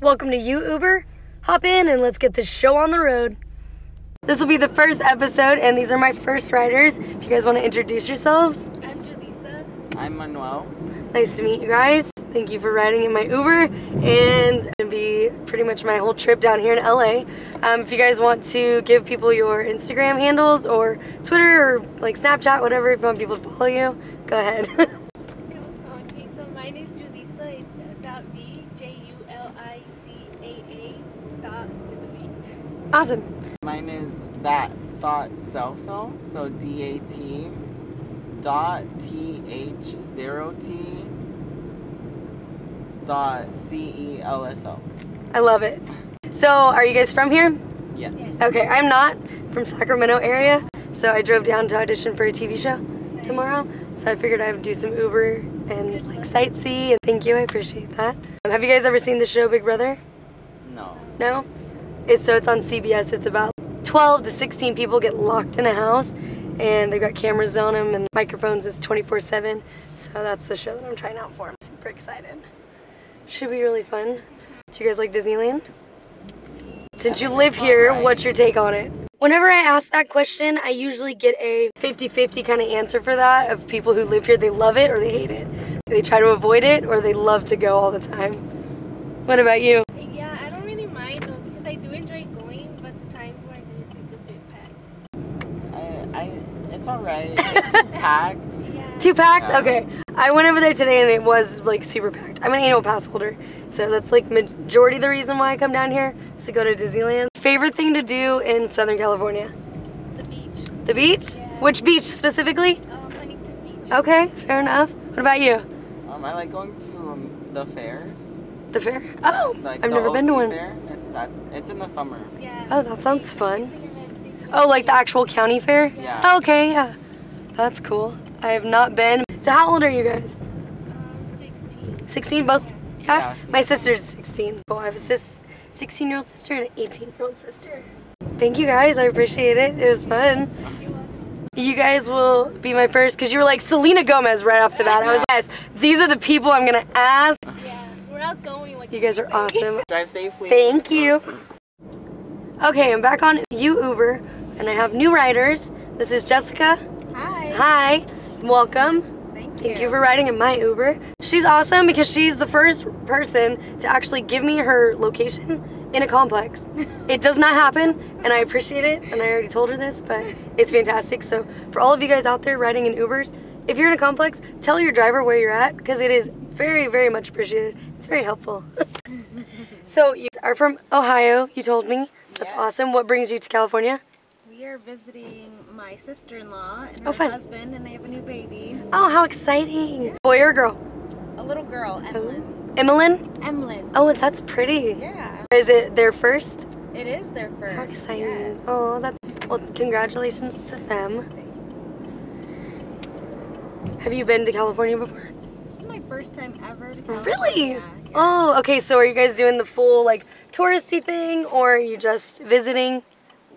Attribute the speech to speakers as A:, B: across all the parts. A: Welcome to you, Uber. Hop in and let's get this show on the road. This will be the first episode, and these are my first riders. If you guys want to introduce yourselves,
B: I'm Jaleesa.
C: I'm Manuel.
A: nice to meet you guys. Thank you for riding in my Uber, and it'll be pretty much my whole trip down here in LA. Um, if you guys want to give people your Instagram handles or Twitter or like Snapchat, whatever, if you want people to follow you, go ahead.
B: Okay, so mine is Julissa. It's dot V J U L I C A A dot with a V.
A: awesome.
C: Mine is that thought Celso. So D A T dot T H zero T dot C E L S O.
A: I love it. So, are you guys from here?
C: Yes.
A: Okay, I'm not from Sacramento area, so I drove down to audition for a TV show
B: E.
A: tomorrow. So I figured I would do some Uber and like sightsee. And thank you, I appreciate that. Um, have you guys ever seen the show Big Brother?
C: No.
A: No. It's so it's on CBS. It's about 12 to 16 people get locked in a house, and they've got cameras on them and microphones is 24/7. So that's the show that I'm trying out for. I'm super excited. Should be really fun. Do you guys like Disneyland? Since you live here,
C: Alright.
A: what's your take on it? Whenever I ask that question, I usually get a 50 50 kind of answer for that of people who live here. They love it or they hate it. They try to avoid it or they love to go all the time. What about you?
B: Yeah, I don't really mind though because I do enjoy going, but the times where I do it's like a bit packed.
C: I, I it's alright. It's too packed.
B: Yeah.
A: Two packed?
C: Yeah.
A: Okay. I went over there today and it was like super packed. I'm an annual pass holder, so that's like majority of the reason why I come down here is to go to Disneyland. Favorite thing to do in Southern California?
B: The beach.
A: The beach?
B: Yeah.
A: Which beach specifically?
B: Um, Huntington Beach.
A: Okay, fair enough. What about you?
C: Um, I like going to um, the fairs.
A: The fair? Oh,
C: Like
A: I've
C: the
A: never been to
C: OC
A: one.
C: Fair. It's at, it's in the summer.
B: Yeah.
A: Oh, that sounds
B: It's
A: fun.
B: like a big
A: Oh, like the actual county fair?
C: Yeah.
A: Oh, okay, yeah. That's cool. I have not been. So how old are you guys?
B: Um, 16.
A: 16 both? Yeah.
C: Yeah,
A: My sister's 16. Oh, I have a sis 16-year-old sister and an 18-year-old sister. Thank you guys. I appreciate it. It was fun. You guys will be my first because you were like Selena Gomez right off the bat. I was yes. These are the people I'm gonna ask.
B: Yeah. We're out going. Like
A: You guys are awesome.
C: Drive safely.
A: Thank you. Okay, I'm back on you Uber, and I have new riders. This is Jessica.
D: Hi.
A: Hi, welcome.
D: Thank you.
A: Thank you for riding in my Uber. She's awesome because she's the first person to actually give me her location in a complex. It does not happen, and I appreciate it. And I already told her this, but it's fantastic. So for all of you guys out there riding in Ubers, if you're in a complex, tell your driver where you're at because it is very, very much appreciated. It's very helpful. so you are from Ohio, you told me. That's
D: Yes.
A: awesome. What brings you to California?
D: We are visiting my sister-in-law and her
A: Oh, fun.
D: husband, and they have a new baby,
A: Oh, how exciting! Boy or girl?
D: a little girl, Emlyn.
A: Emmeline?
D: Emlyn.
A: Oh, that's pretty.
D: Yeah.
A: Is it their first?
D: It is their first.
A: How exciting.
D: Yes.
A: Oh, that's well, congratulations to them. Have you been to California before?
D: This is my first time ever to
A: Really?
D: California. Yeah.
A: Oh, okay. So are you guys doing the full like touristy thing or are you just visiting?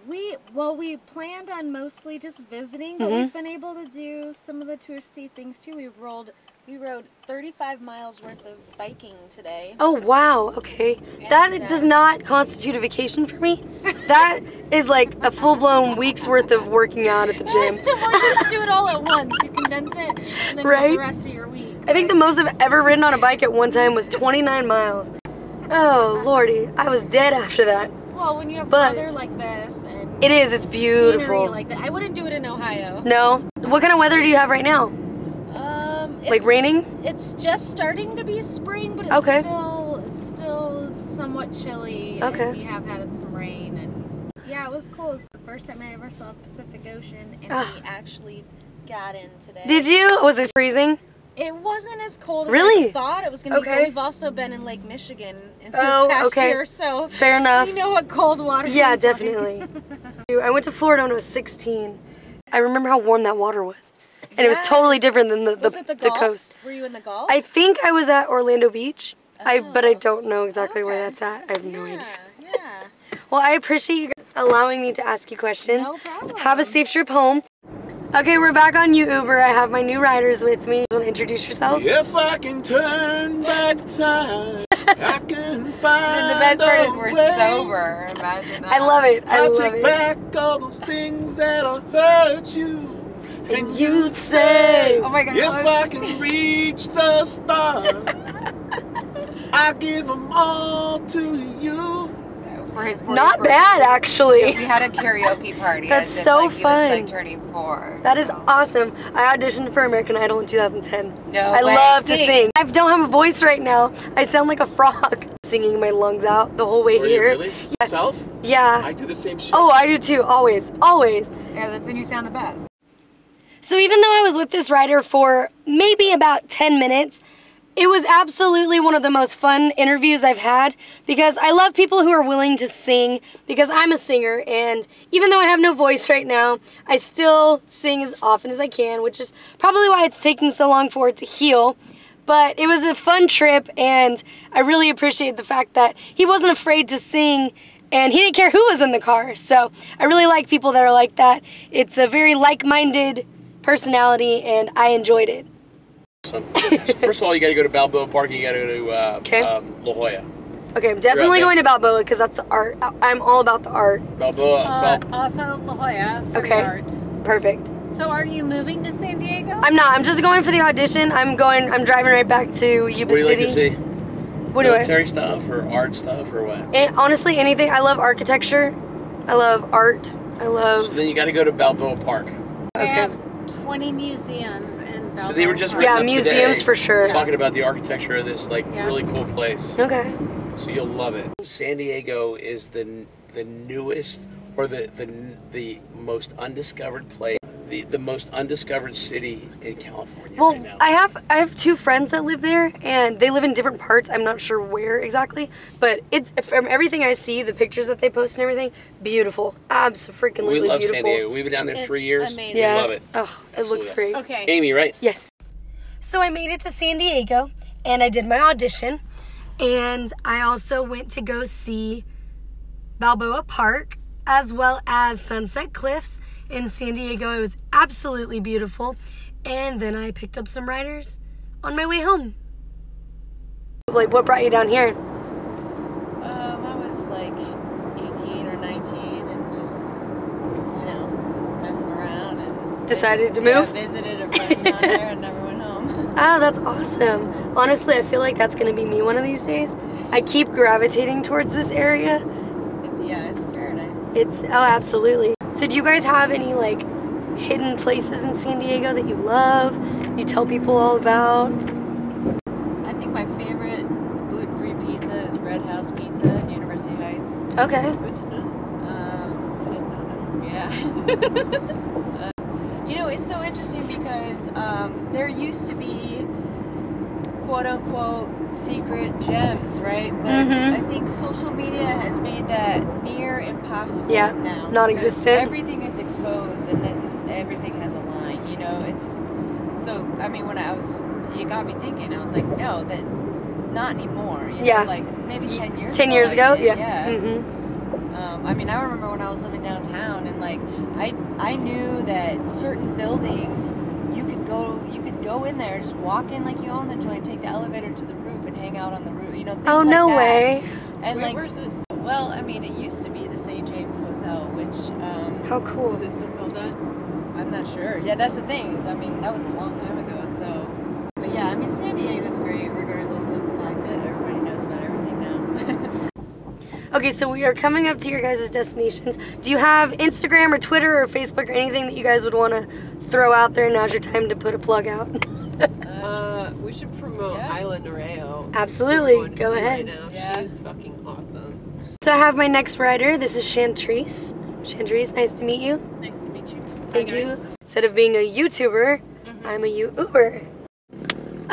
D: We well, we planned on mostly just visiting, but
A: Mhm.
D: we've been able to do some of the touristy things too. We rolled, we rode 35 miles worth of biking today.
A: Oh, wow. Okay. That
D: And, uh,
A: does not constitute a vacation for me. That is like a full-blown week's worth of working out at the Oh, gym.
D: well, you just do it all at once. You condense it, and then you have
A: Right?
D: the rest of your week.
A: I think the most I've ever ridden on a bike at one time was 29 miles. Oh, lordy. I was dead after that.
D: Well, when you have
A: But-
D: weather like this and
A: It is. It's beautiful.
D: scenery like that, I wouldn't do it in Ohio.
A: No. What kind of weather do you have right now?
D: Um, it's,
A: Like raining?
D: It's just starting to be spring, but it's
A: Okay.
D: still it's still somewhat chilly.
A: Okay.
D: And we have had some rain and yeah, it was cool. It's the first time I ever saw the Pacific Ocean, and
A: Ugh.
D: we actually got in today.
A: Ah. Did you? Was it freezing?
D: It wasn't as cold as
A: Really?
D: I thought it was gonna be.
A: Okay,
D: But we've also been in Lake Michigan in this
A: Oh,
D: past
A: okay.
D: year, so
A: Fair enough.
D: we know what cold water.
A: Yeah,
D: feels like.
A: definitely. I went to Florida when I was 16. I remember how warm that water was. And it was totally
D: Yes.
A: different than the, the,
D: was it the,
A: the
D: Gulf?
A: coast.
D: Were you in the Gulf?
A: I think I was at Orlando Beach. I but I
D: Oh.
A: don't know exactly where
D: Okay.
A: that's at. I have no
D: yeah,
A: idea.
D: Yeah.
A: Well, I appreciate you guys allowing me to ask you questions.
D: No problem.
A: Have a safe trip home. Okay, we're back on you, Uber. I have my new riders with me. Want to introduce yourselves?
C: If I can turn back time, I can find
D: the best part is
C: a
D: we're
C: way.
D: sober. Imagine that.
A: I love it. I
C: I'll
A: love
C: take
A: it.
C: back all those things that have hurt you. And you'd say,
D: Oh my God,
C: if
D: that
C: I
D: was-
C: can reach the stars, I give them all to you.
D: For his 40th
A: Not
D: birthday.
A: bad, actually.
D: We had a karaoke party.
A: That's
D: as if,
A: so
D: like, He was,
A: fun.
D: like turning four.
A: That is
D: So-
A: awesome. I auditioned for American Idol in 2010.
D: No
A: I
D: way.
A: love to sing. I don't have a voice right now. I sound like a frog. Singing my lungs out the whole way
C: Were you
A: here.
C: Oh, really?
A: Yeah.
C: Self?
A: Yeah.
C: I do the same shit.
A: Oh, I do too. Always. Always.
D: Yeah, that's when you sound the best.
A: So even though I was with this rider for maybe about 10 minutes, it was absolutely one of the most fun interviews I've had because I love people who are willing to sing because I'm a singer and even though I have no voice right now, I still sing as often as I can, which is probably why it's taking so long for it to heal. But it was a fun trip and I really appreciate the fact that he wasn't afraid to sing and he didn't care who was in the car. So I really like people that are like that. It's a very like-minded personality and I enjoyed it.
E: Awesome. So first of all, you got to go to Balboa Park. and You got to go to uh,
A: 'Kay.
E: um, La Jolla.
A: Okay, I'm definitely
E: there.
A: going to Balboa because that's the art. I- I'm all about the art.
E: Balboa.
F: Uh,
E: Bal-
F: also La Jolla for
A: Okay.
F: the art.
A: Perfect.
F: So are you moving to San Diego?
A: I'm not. I'm just going for the audition. I'm going. I'm driving right back to Yuba
E: what do you like
A: City.
E: to see?
A: What do I?
E: Military stuff or art stuff or what?
A: And honestly, anything. I love architecture. I love art. I
E: So
A: love.
E: then you got to go to Balboa Park.
F: They
A: Okay.
F: have 20 museums in
E: So they were just
F: Balboa
E: written
A: Yeah,
E: up
A: museums
E: today,
A: for sure.
E: Talking about the architecture of this like
F: Yeah.
E: really cool place.
A: Okay.
E: So you'll love it. San Diego is the the newest or the the, the most undiscovered place, the, the most undiscovered city in California
A: Well,
E: right now.
A: I have I have two friends that live there, and they live in different parts. I'm not sure where exactly, but it's from everything I see, the pictures that they post and everything, beautiful. Absolutely
E: we love
A: beautiful.
E: San Diego. We've been down there
F: It's
E: three years.
F: amazing.
E: We
A: Yeah.
E: love it.
A: Oh, it looks
E: Absolutely.
A: great.
F: Park. Okay.
E: Amy, right?
A: Yes. So I made it to San Diego and I did my audition. And I also went to go see Balboa Park as well as Sunset Cliffs in San Diego. It was absolutely beautiful. And then I picked up some riders on my way home. Like, what brought you down here?
D: Um, I was like 18 or 19 and just, you know, messing around and
A: Decided to
D: yeah,
A: move?
D: visited a friend down there and never went home.
A: Ah, that's awesome. Honestly, I feel like that's gonna be me one of these days. I keep gravitating towards this area.
D: It's, yeah, it's paradise.
A: It's oh, absolutely. So, do you guys have any like hidden places in San Diego that you love? You tell people all about?
D: I think my favorite gluten-free pizza is Red House Pizza in University Heights.
A: Okay.
D: Good to know. Um, yeah. Uh, you know, it's so interesting because um, there used to be quote unquote secret gems, right? But
A: Mhm.
D: I think social media has made that near impossible
A: Yeah,
D: now.
A: non-existent.
D: because Everything is exposed and then everything has a line, you know? It's so, I mean, when I was, it got me thinking, I was like, no, that not anymore. You know,
A: Yeah.
D: Like maybe 10 years
A: Ten
D: ago.
A: years
D: I
A: ago?
D: did,
A: Yeah.
D: yeah.
A: hmm
D: Um, I mean, I remember when I was living downtown, and like, I I knew that certain buildings you could go you could go in there, just walk in like you own the joint, take the elevator to the roof, and hang out on the roof. You know, things
A: Oh
D: like
A: no
D: that.
A: way!
D: And
F: Wait,
D: like,
F: where's this?
D: well, I mean, it used to be the St. James Hotel, which um,
A: How cool!
F: Was it still called that?
D: I'm not sure. Yeah, that's the thing. Is, I mean, that was a long time ago. So, but yeah, I mean, San Diego's great, regardless of the fact that everybody knows about everything now.
A: Okay, so we are coming up to your guys' destinations. Do you have Instagram or Twitter or Facebook or anything that you guys would want to throw out there? Now's your time to put a plug out.
G: Uh, we should promote
D: Yeah.
G: Isla Noreo.
A: Absolutely.
G: Going to
A: Go
G: see
A: ahead.
G: Right now.
D: Yeah.
G: She's fucking awesome.
A: So I have my next rider. This is Chantrice. Chantrice, nice to meet you.
B: Nice to meet you.
A: Thank you. Instead of being a YouTuber, Mm-hmm. I'm a YouTuber.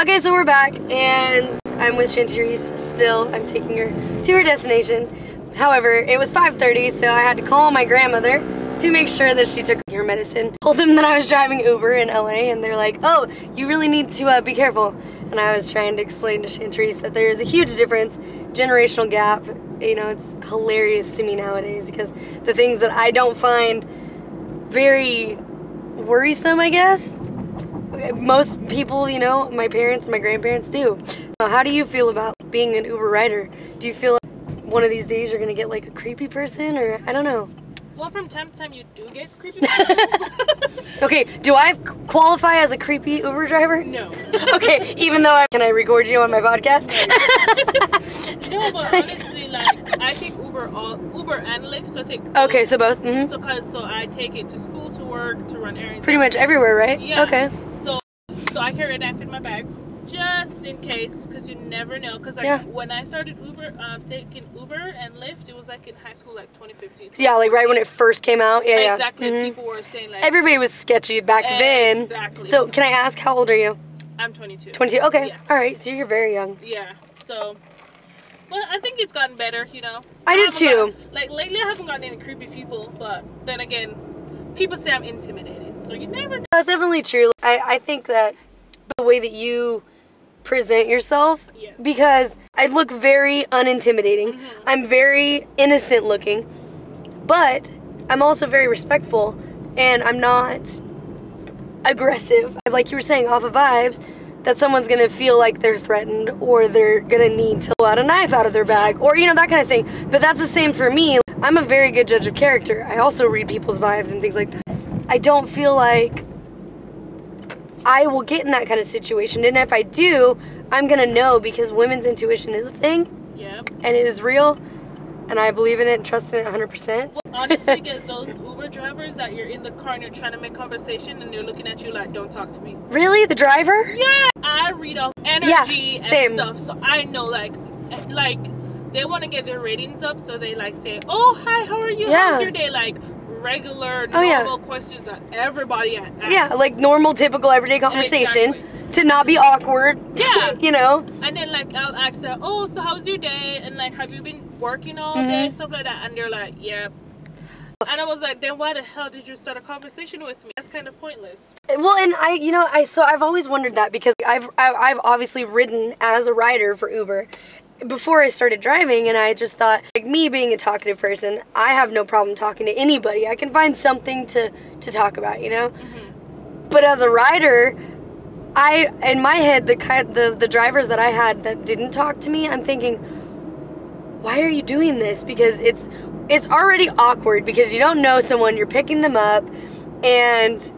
A: Okay, so we're back, and I'm with Chantrice still. I'm taking her to her destination. However, it was 5:30, so I had to call my grandmother to make sure that she took her medicine. Told them that I was driving Uber in LA, and they're like, "Oh, you really need to uh, be careful." And I was trying to explain to Chantrice that there is a huge difference, generational gap. You know, it's hilarious to me nowadays because the things that I don't find very worrisome, I guess. Most people, you know, my parents, my grandparents do. Now, How do you feel about being an Uber rider? Do you feel like one of these days you're gonna get like a creepy person, or I don't know?
G: Well, from time to time you do get creepy. people.
A: Okay, do I qualify as a creepy Uber driver?
G: no.
A: okay, even though I can I record you on my podcast?
G: No, but honestly, like I take Uber all Uber and Lyft, so I take. both.
A: okay, so both. mhm.
G: So, cause, so I take it to school, to work, to run errands.
A: Pretty much everywhere, right?
G: Yeah.
A: Okay.
G: So, so I carry a knife in my bag just in case, because you never know. Because like
A: Yeah.
G: when I started Uber, um, taking Uber and Lyft, it was like in high school, like 2015.
A: Yeah, like right when it first came out. Yeah, yeah.
G: Exactly.
A: Mhm.
G: People were staying like.
A: Everybody was sketchy back then.
G: Exactly.
A: So can I ask how old are you?
G: I'm 22.
A: 22. Okay.
G: Yeah.
A: All right. So you're very young.
G: Yeah. So. Well, I think it's gotten better, you know.
A: I did
G: haven't
A: too.
G: gotten- like lately, I haven't gotten any creepy people, but then again, people say I'm intimidated, so you never know.
A: That's definitely true. I, I think that the way that you present yourself,
G: Yes.
A: because I look very unintimidating. I'm very innocent looking, but I'm also very respectful and I'm not aggressive. Like you were saying, off of vibes, that someone's gonna feel like they're threatened or they're gonna need to pull out a knife out of their bag or you know that kind of thing. But that's the same for me. I'm a very good judge of character. I also read people's vibes and things like that. I don't feel like I will get in that kind of situation. And if I do, I'm going to know because women's intuition is a thing
G: Yep.
A: and it is real. And I believe in it and trust in it 100%.
G: honestly get those Uber drivers that you're in the car and you're trying to make conversation and they're looking at you like, don't talk to me.
A: really? The driver?
G: Yeah, I read off energy
A: Yeah, same.
G: and stuff, so I know like, eh, like they want to get their ratings up, so they like say, oh hi, how are you?
A: Yeah.
G: How's your day? Like regular
A: Oh,
G: normal
A: yeah.
G: questions that everybody a- asks.
A: Yeah, like normal, typical, everyday conversation.
G: Exactly.
A: To not be awkward.
G: Yeah.
A: you know?
G: And then like I'll ask them, oh so how's your day? And like have you been working all
A: Mhm.
G: day? Stuff like that, and they're like, yeah. And I was like, then why the hell did you start a conversation with me? That's kind of pointless.
A: Well, and I, you know, I so I've always wondered that because I've I've I've obviously ridden as a rider for Uber before I started driving, and I just thought, like me being a talkative person, I have no problem talking to anybody. I can find something to to talk about, you know. But as a rider, I in my head the kind the the drivers that I had that didn't talk to me, I'm thinking, why are you doing this? Because it's it's already awkward because you don't know someone, you're picking them up, and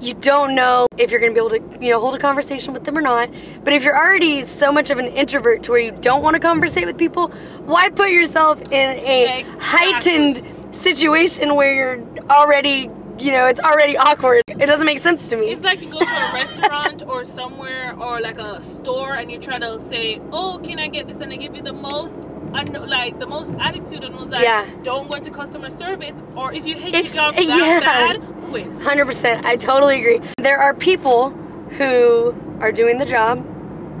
A: you don't know if you're going to be able to, you know, hold a conversation with them or not. But if you're already so much of an introvert to where you don't want to conversate with people, why put yourself in a
G: Exactly.
A: heightened situation where you're already, you know, it's already awkward. It doesn't make sense to me.
G: It's like you go to a restaurant or somewhere or like a store and you try to say, "Oh, can I get this?" and they give you the most, un- like the most attitude and was like,
A: Yeah.
G: "Don't go into customer service," or if you hate
A: If-
G: your job
A: uh,
G: that
A: yeah.
G: bad, quit.
A: 100%. I totally agree. There are people who are doing the job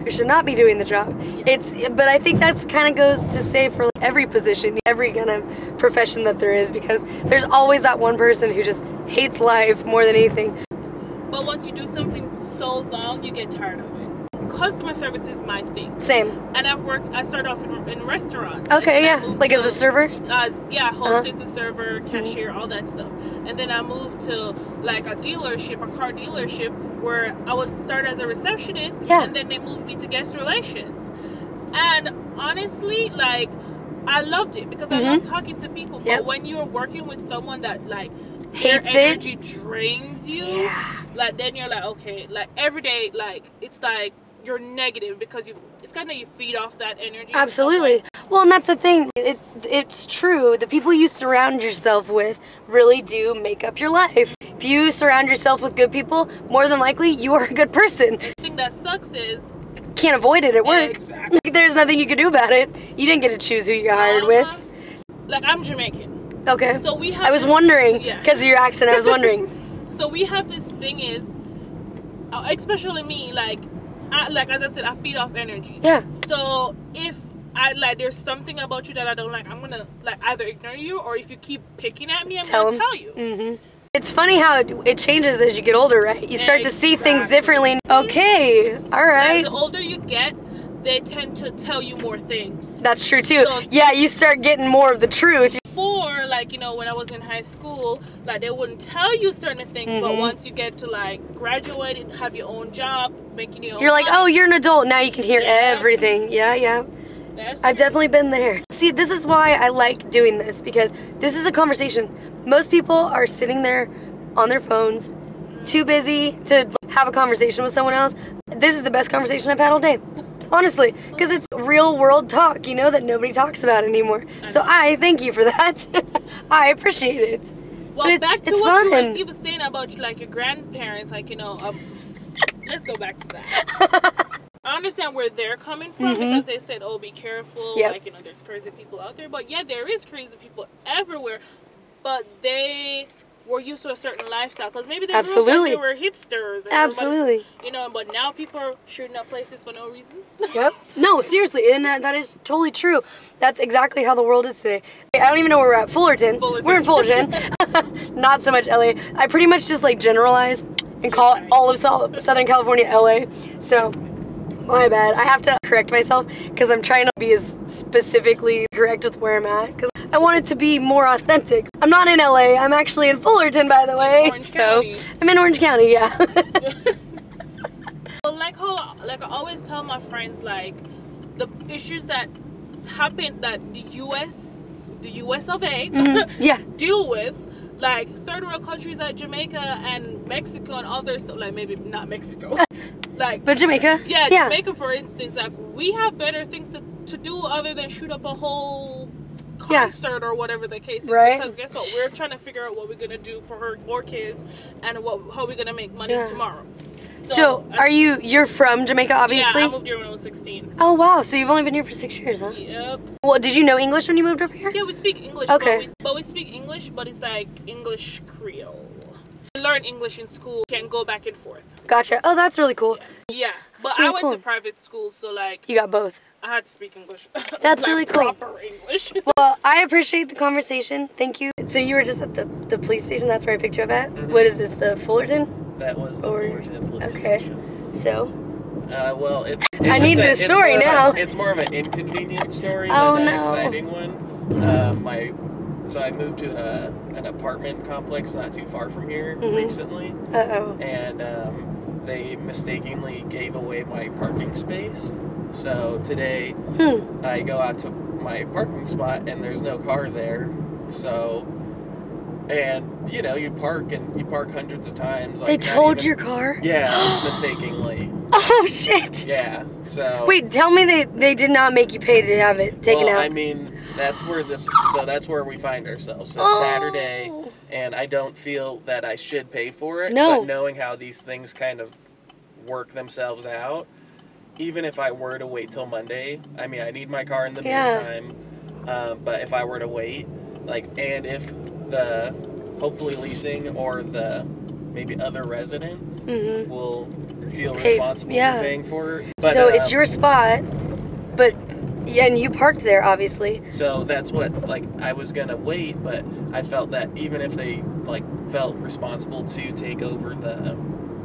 A: who should not be doing the job. It's but I think that's kind of goes to say for like every position, every kind of profession that there is because there's always that one person who just hates life more than anything.
G: But once you do something so long, you get tired of it. Customer service is my thing,
A: Same.
G: and I've worked. I started off in, in restaurants.
A: Okay,
G: And then
A: yeah.
G: I moved
A: Like as
G: to-
A: a server? Uh-huh. Mm-hmm.
G: as yeah, hostess, a server, cashier, all that stuff. And then I moved to like a dealership, a car dealership, where I was started as a receptionist,
A: Yeah.
G: and then they moved me to guest relations. And honestly, like I loved it because I love talking to people.
A: Mm-hmm. Yep.
G: But when you're working with someone that like
A: Hates
G: their
A: it.
G: energy drains you,
A: Yeah.
G: like then you're like okay, like every day, like it's like you're negative because you it's kind of you feed off that energy.
A: Absolutely. Well, and that's the thing. It, it's true. The people you surround yourself with really do make up your life. If you surround yourself with good people, more than likely you are a good person.
G: The thing that sucks is
A: Can't avoid it at work.
G: Exactly.
A: Like, There's nothing you can do about it. You didn't get to choose who you got hired with.
G: Uh-huh. Like I'm Jamaican,
A: Okay.
G: Uh-huh. so we have.
A: I was
G: this-
A: wondering
G: Yeah.
A: because of your accent. I was wondering.
G: So we have this thing is, uh, especially me, like, I, like as I said, I feed off energy.
A: yeah.
G: So if I like, there's something about you that I don't like, I'm gonna like either ignore you or if you keep picking at me, I'm
A: Tell
G: gonna
A: 'em.
G: tell you.
A: hmm It's funny how it, it changes as you get older, right? You start to see things
G: Exactly.
A: differently. Okay. All
G: And
A: right.
G: the older you get, they tend to tell you more things.
A: That's true too.
G: So-
A: Yeah, you start getting more of the truth.
G: Before before, like you know, when I was in high school, like they wouldn't tell you certain things, but
A: Mhm.
G: once you get to like graduate and have your own job, making your own
A: You're like,
G: money,
A: oh, you're an adult. Now you can hear
G: Yeah.
A: everything. Yeah, yeah.
G: that's
A: I've
G: your-
A: definitely been there. See, this is why I like doing this because this is a conversation. Most people are sitting there on their phones, too busy to have a conversation with someone else. This is the best conversation I've had all day. Honestly, because it's real world talk, you know, that nobody talks about anymore. So I thank you for that. I appreciate it.
G: Well,
A: it's-
G: back to
A: it's
G: what you
A: fun.
G: were- you were saying about like your grandparents, like you know, um, let's go back to that. I understand where they're coming from
A: Mhm.
G: because they said, "Oh, be careful!"
A: Yep.
G: Like you know, there's crazy people out there. But yeah, there is crazy people everywhere. But they were used to a certain lifestyle because maybe they grew up like
A: Absolutely.
G: they were hipsters. and everybody-
A: Absolutely.
G: You know, but now people are shooting up places for no reason.
A: Yep. No, seriously, and that, that is totally true. That's exactly how the world is today. I don't even know where we're at. Fullerton.
G: Fullerton.
A: We're in Fullerton. Not so much LA. I pretty much just like generalize and call it all of Sol- Southern California LA. So, my bad. I have to correct myself because I'm trying to be as specifically correct with where I'm at because I want it to be more authentic. I'm not in LA. I'm actually in Fullerton, by the way.
G: Orange
A: so
G: County.
A: I'm in Orange County. Yeah.
G: Well, like how like I always tell my friends like the issues that happen that the U.S. the U.S. of A.
A: Mhm. Yeah.
G: deal with like third world countries like Jamaica and Mexico and other stuff like maybe not Mexico like
A: But Jamaica.
G: yeah,
A: Yeah.
G: Jamaica for instance like we have better things to, to do other than shoot up a whole
A: Yeah.
G: concert or whatever the case is
A: Right.
G: because guess what we're trying to figure out what we're gonna do for her or kids and what how we're gonna make money
A: Yeah.
G: tomorrow
A: So, are you? You're from Jamaica, obviously.
G: yeah I moved here when I was 16
A: Oh wow! So you've only been here for six years, huh?
G: yep
A: Well, did you know English when you moved over here?
G: yeah we speak English
A: Okay.
G: but, we, but we speak English but it's like English Creole learn English in school can go back and forth
A: Gotcha. Oh, that's really cool.
G: Yeah, but
A: That's really
G: I went
A: cool.
G: to private school, so like
A: You got both.
G: I had to speak English.
A: That's
G: Like,
A: really cool.
G: Proper English.
A: Well, I appreciate the conversation. Thank you. So you were just at the, the police station. That's where I picked you up at.
E: Mhm.
A: What is this? The Fullerton.
E: That was the
A: Or-
E: Fullerton police
A: okay.
E: station.
A: So.
E: Uh, well, it's, it's
A: I
E: just
A: need
E: a-
A: this
E: it's
A: story
E: more of a-
A: now.
E: it's more of an inconvenient story
A: Oh,
E: than
A: no.
E: an exciting one. Um, I, so I moved to a, an apartment complex not too far from here
A: Mhm.
E: recently,
A: Uh oh.
E: and um, they mistakenly gave away my parking space. So today
A: Hmm.
E: I go out to my parking spot and there's no car there. So, and you know, you park and you park hundreds of times.
A: They
E: Like not
A: towed
E: even-
A: your car.
E: Yeah, mistakenly.
A: Oh shit.
E: Yeah. So.
A: Wait, tell me they they did not make you pay to have it taken
E: well,
A: out.
E: I mean, that's where this. So that's where we find ourselves. It's
A: Oh.
E: Saturday, and I don't feel that I should pay for it.
A: No.
E: But knowing how these things kind of work themselves out, even if I were to wait till Monday, I mean, I need my car in the
A: Yeah.
E: meantime. Um, but if I were to wait, like, and if the hopefully leasing or the maybe other resident
A: Mhm.
E: will feel
A: Pay-
E: responsible
A: yeah.
E: for paying for it. But,
A: so
E: um,
A: it's your spot, but yeah, and you parked there obviously.
E: So that's what like I was gonna wait, but I felt that even if they like felt responsible to take over the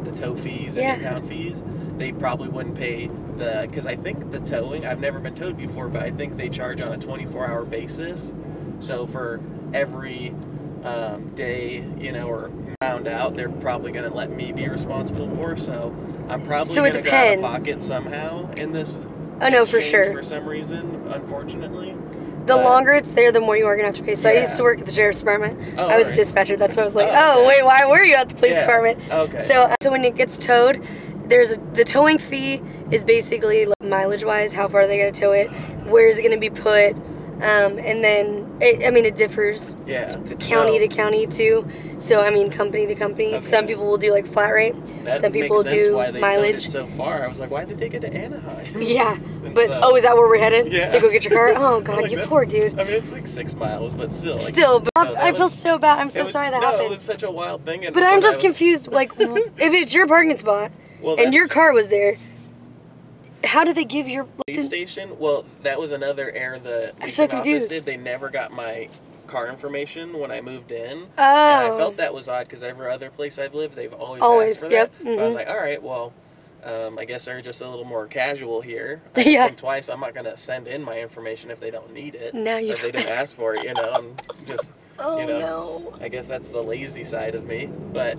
E: the tow fees and
A: Yeah.
E: impound fees, they probably wouldn't pay the because I think the towing I've never been towed before, but I think they charge on a 24 hour basis. So for every um, day, you know, or found out, they're probably gonna let me be responsible for. So I'm probably
A: So it
E: gonna go out of
A: depends.
E: pocket somehow in this.
A: Oh no, for
E: exchange
A: sure.
E: For some reason, unfortunately.
A: The
E: But-
A: longer it's there, the more you are gonna have to pay. So I used
E: Yeah.
A: to work at the sheriff's department.
E: Oh,
A: I was
E: alright.
A: dispatcher. That's why I was like,
E: Oh,
A: oh,
E: okay.
A: wait, why were you at the police
E: Yeah.
A: department?
E: Okay.
A: So uh, so when it gets towed, there's a, the towing fee is basically like, mileage-wise, how far are they gonna tow it, where is it gonna be put, um, and then it, I mean it differs
E: Yeah.
A: county
E: No,
A: to county too. So I mean company to company.
E: Okay.
A: Some people will do like flat rate.
E: that
A: some people
E: makes sense
A: do
E: why they towed
A: mileage.
E: It so far, I was like, why did they take it to Anaheim?
A: Yeah.
E: And
A: But
E: so-
A: oh, is that where we're headed?
E: Yeah.
A: To go get your car? Oh god,
E: Like,
A: you
E: that's-
A: poor dude.
E: I mean, it's like six miles, but still. Like,
A: Still, but
E: so
A: I
E: that
A: feel
E: was-
A: so bad. I'm
E: it
A: so
E: was-
A: sorry that
E: no,
A: happened.
E: it was such a wild thing. And
A: But
E: when
A: I'm
E: I
A: just
E: was-
A: confused. Like, w- if it's your parking spot
E: well,
A: and your
E: that's-
A: car was there, how did they give your?
E: police station. Well, that was another error the
A: I'm
E: leasing
A: so
E: office
A: confused.
E: did. They never got my car information when I moved in.
A: Oh,
E: And I felt that was odd because every other place I've lived, they've always,
A: Always,
E: asked for
A: yep,
E: that. But I was
A: mhm.
E: like, all right, well, um, I guess they're just a little more casual here. I
A: Yeah.
E: think twice. I'm not gonna send in my information if they don't need it.
A: No, you
E: if they
A: don't.
E: didn't ask for it, you know. I'm just.
A: Oh
E: you know.
A: no.
E: I guess that's the lazy side of me. But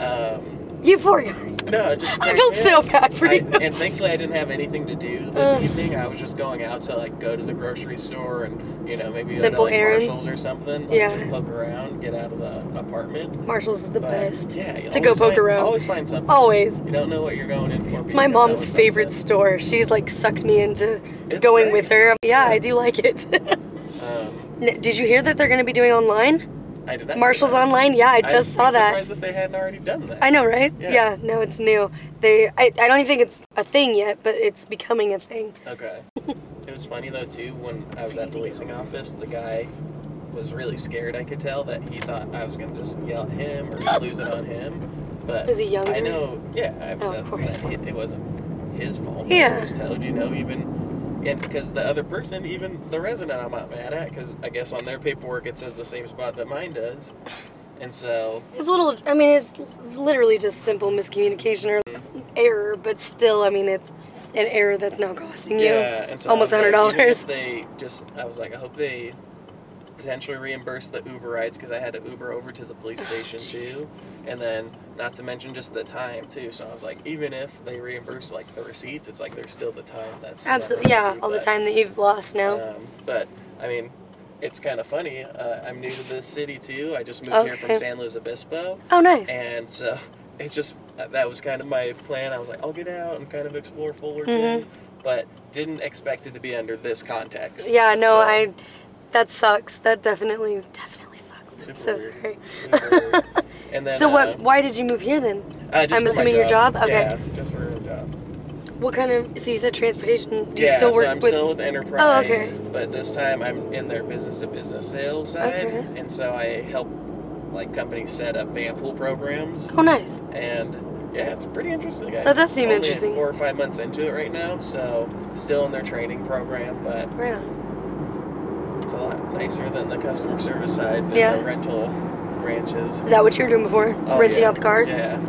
E: um,
A: You poor guy.
E: no, just.
A: I feel so bad for
E: I,
A: you.
E: and thankfully, I didn't have anything to do this
A: Ugh.
E: evening. I was just going out to like go to the grocery store and you know maybe
A: Simple
E: go to, like,
A: errands.
E: Marshalls or something. Like,
A: Yeah.
E: Just poke around, get out of the apartment.
A: Marshall's is the
E: But,
A: best.
E: Yeah. you
A: To go
E: always
A: poke
E: find-
A: around.
E: Always find something.
A: Always.
E: You don't know what you're going in for. but
A: It's
E: you
A: my
E: end up
A: mom's
E: with
A: favorite
E: something.
A: store. She's like sucked me into
E: It's
A: going
E: great.
A: with her. Yeah, I do like it.
E: Um,
A: N- Did you hear that they're going to be doing online?
E: I did not
A: Marshall's
E: know that.
A: online? Yeah, I just
E: I'd
A: saw
E: be
A: that.
E: Surprised if they hadn't already done that.
A: I know, right?
E: Yeah.
A: no, it's new. They, I, I don't even think it's a thing yet, but it's becoming a thing.
E: Okay. It was funny though too when I was at the leasing office, the guy was really scared. I could tell that he thought I was gonna just yell at him or lose it on him. But
A: Was he younger?
E: I know. Yeah. I,
A: Oh, of
E: uh,
A: course.
E: It, it wasn't his fault.
A: Yeah.
E: I was told, you know, even and because the other person, even the resident, I'm not mad at, because I guess on their paperwork it says the same spot that mine does, and so
A: It's a little, I mean, it's literally just simple miscommunication or
E: Mm-hmm.
A: error, but still, I mean, it's an error that's now costing you.
E: Yeah, and so
A: almost
E: I was like, even
A: $100.
E: if They just, I was like, I hope they potentially reimburse the Uber rides because I had to Uber over to the police station
A: Oh, jeez.
E: too, and then not to mention just the time too. So I was like, even if they reimburse like the receipts, it's like there's still the time that's never
A: Absolutely, yeah,
E: due,
A: all the
E: but,
A: time that you've lost now.
E: Um, but I mean, it's kind of funny. Uh, I'm new to this city too. I just moved here from
A: Okay.
E: San Luis Obispo.
A: oh, nice.
E: And so it's just that was kind of my plan. I was like, I'll get out and kind of explore Fullerton,
A: Mhm.
E: but didn't expect it to be under this context.
A: Yeah, no,
E: So-
A: I. That sucks. That definitely, definitely sucks. I'm
E: Super
A: so
E: weird.
A: sorry.
E: Super weird. And then,
A: so what?
E: uh,
A: why did you move here then?
E: uh, just
A: I'm
E: for my
A: assuming your job? Okay.
E: Yeah, just for a job.
A: What kind of? So you said transportation. Do you
E: yeah,
A: still work
E: so I'm
A: with?
E: still with Enterprise,
A: Oh, okay.
E: but this time I'm in their business-to-business sales side,
A: Okay.
E: and so I help like companies set up van pool programs,
A: Oh, nice.
E: and yeah, it's pretty interesting.
A: That does seem
E: Only
A: interesting.
E: Four or five months into it right now, so still in their training program, but
A: Right on.
E: It's a lot nicer than the customer service side and
A: Yeah.
E: the rental branches.
A: Is that what you were doing before?
E: Oh,
A: Rinsing
E: yeah.
A: out the cars?
E: Yeah.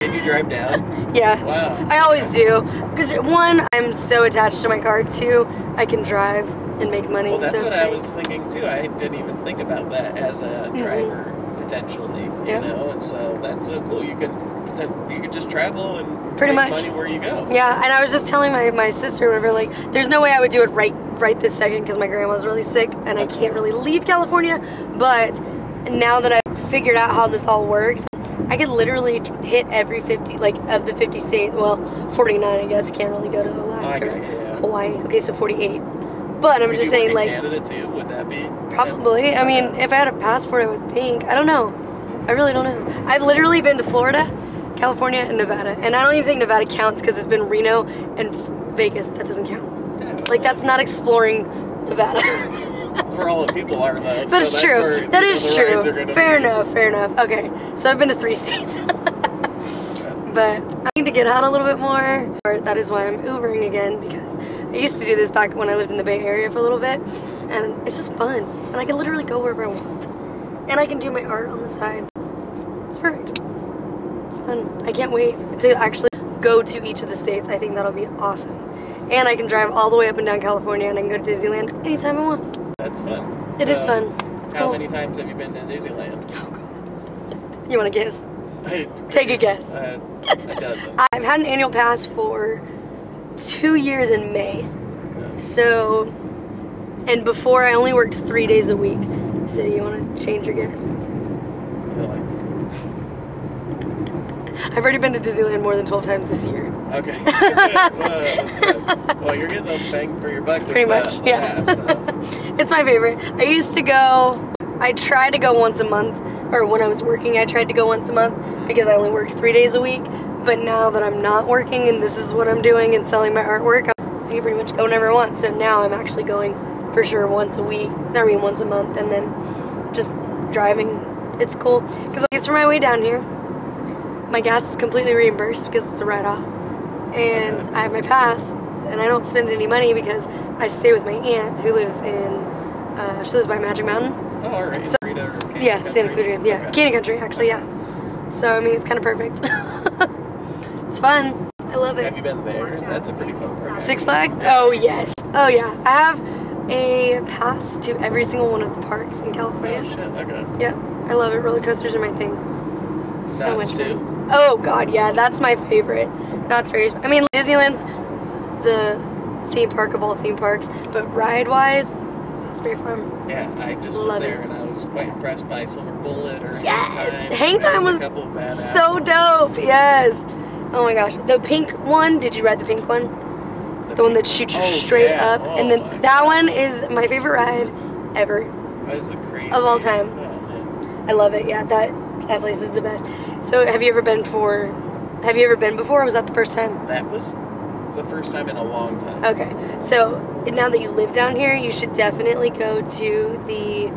E: Did you drive down?
A: Yeah.
E: Wow.
A: I always do. Cause one, I'm so attached to my car. Two, I can drive and make money.
E: Well, that's
A: so
E: what
A: it's
E: I
A: like-
E: was thinking too. I didn't even think about that as a driver potentially,
A: Mm-hmm. Yeah.
E: you know. And so that's so cool. You could poten- you could just travel and
A: Pretty
E: make
A: much.
E: money where you go.
A: Yeah, and I was just telling my, my sister, whatever, like, there's no way I would do it right right this second because my grandma's really sick and I can't really leave California. But now that I've figured out how this all works, I could literally t- hit every 50, like, of the 50 states. Well, 49, I guess. Can't really go to
E: Oh, I got
A: Alaska,
E: you, yeah.
A: Hawaii. Okay, so 48. But I'm
E: Would
A: just
E: you work
A: saying,
E: in
A: like,
E: Canada too? Would that be?
A: Probably. I mean, if I had a passport, I would think. I don't know. I really don't know. I've literally been to Florida, California, and Nevada, and I don't even think Nevada counts because it's been Reno and F- Vegas. That doesn't count.
E: Yeah.
A: Like that's not exploring Nevada.
E: That's where all the people are though.
A: but it's
E: so
A: true. That is true. Fair
E: enough.
A: enough. Fair enough. Okay. So I've been to three states. but I need to get out a little bit more. Or that is why I'm Ubering again because I used to do this back when I lived in the Bay Area for a little bit, and it's just fun. And I can literally go wherever I want, and I can do my art on the side. It's perfect. It's fun. I can't wait to actually go to each of the states. I think that'll be awesome. And I can drive all the way up and down California, and I can go to Disneyland anytime I want.
E: That's fun.
A: It is
E: So,
A: fun. It's
E: How
A: cool.
E: many times have you been to Disneyland?
A: You want to guess?
E: I-
A: Take a guess.
E: Uh, a dozen.
A: I've had an annual pass for two years in May.
E: Okay.
A: So, and before I only worked three days a week. So you want to change your guess?
E: They're like,
A: I've already been to Disneyland more than 12 times this year.
E: Okay. well, that's it. Well, you're getting a bang for your buck. with
A: Pretty
E: that,
A: much,
E: the
A: yeah.
E: pass, so.
A: it's my favorite. I used to go, I tried to go once a month, or when I was working, I tried to go once a month because I only worked three days a week. But now that I'm not working and this is what I'm doing and selling my artwork, I can pretty much go whenever I want. So now I'm actually going for sure once a week, I mean, once a month, and then just driving. It's cool because I guess for my way down here, my gas is completely reimbursed because it's a write off. And I have my pass, and I don't spend any money because I stay with my aunt who lives in, uh, she lives by Magic Mountain.
E: Oh, all right.
A: So-
E: Rita or Katy
A: yeah, Santa
E: Country?
A: Clarita. Yeah,
E: Okay.
A: Canyon Country, actually, yeah. So, I mean, it's kind of perfect. it's fun. I love
E: Have
A: it.
E: you been there? That's a pretty fun ride.
A: Six Flags? Oh, yes. Oh, yeah. I have a pass to every single one of the parks in
E: Oh,
A: California.
E: shit. Okay.
A: Yep. I love it. Roller coasters are my thing. So
E: Knott's
A: much fun.
E: too.
A: Oh god, yeah, that's my favorite. Knott's Berry. I mean, Disneyland's the theme park of all theme parks, but ride wise, Knott's Berry Farm.
E: Yeah, I just
A: Love
E: was there
A: it.
E: and I was quite impressed by Silver Bullet or
A: Yes!
E: Hang Time.
A: Hang
E: There
A: Time
E: was,
A: was
E: a couple badass
A: So dope, yes. Oh my gosh, the pink one. Did you ride the pink one? The one that shoots you
E: Oh,
A: straight
E: yeah.
A: up, and
E: Oh,
A: then
E: my
A: that
E: God.
A: one is my favorite ride ever.
E: That was a crazy
A: of all time.
E: Oh, man.
A: I love it. Yeah, that that place is the best. So, have you ever been for? Have you ever been before? Or was that the first time?
E: That was the first time in a long time.
A: Okay, so now that you live down here, you should definitely go to the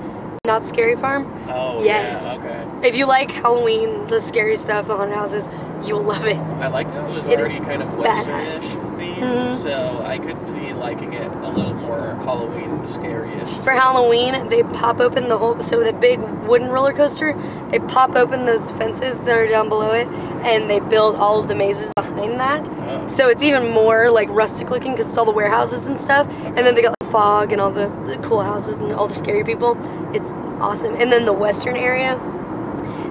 A: Not Scary Farm.
E: Oh
A: Yes.
E: yeah, okay.
A: If you like Halloween, the scary stuff, the haunted houses, you'll love it.
E: I liked how it was
A: It is
E: already kind of
A: badass.
E: westernish themed,
A: Mhm.
E: so I could see liking it a little more Halloween scary-ish.
A: For Halloween, they pop open the whole, so the big wooden roller coaster, they pop open those fences that are down below it, and they build all of the mazes behind that.
E: Oh.
A: So it's even more like rustic looking because it's all the warehouses and stuff. And then they got like, fog and all the, the cool houses and all the scary people. It's awesome. And then the western area,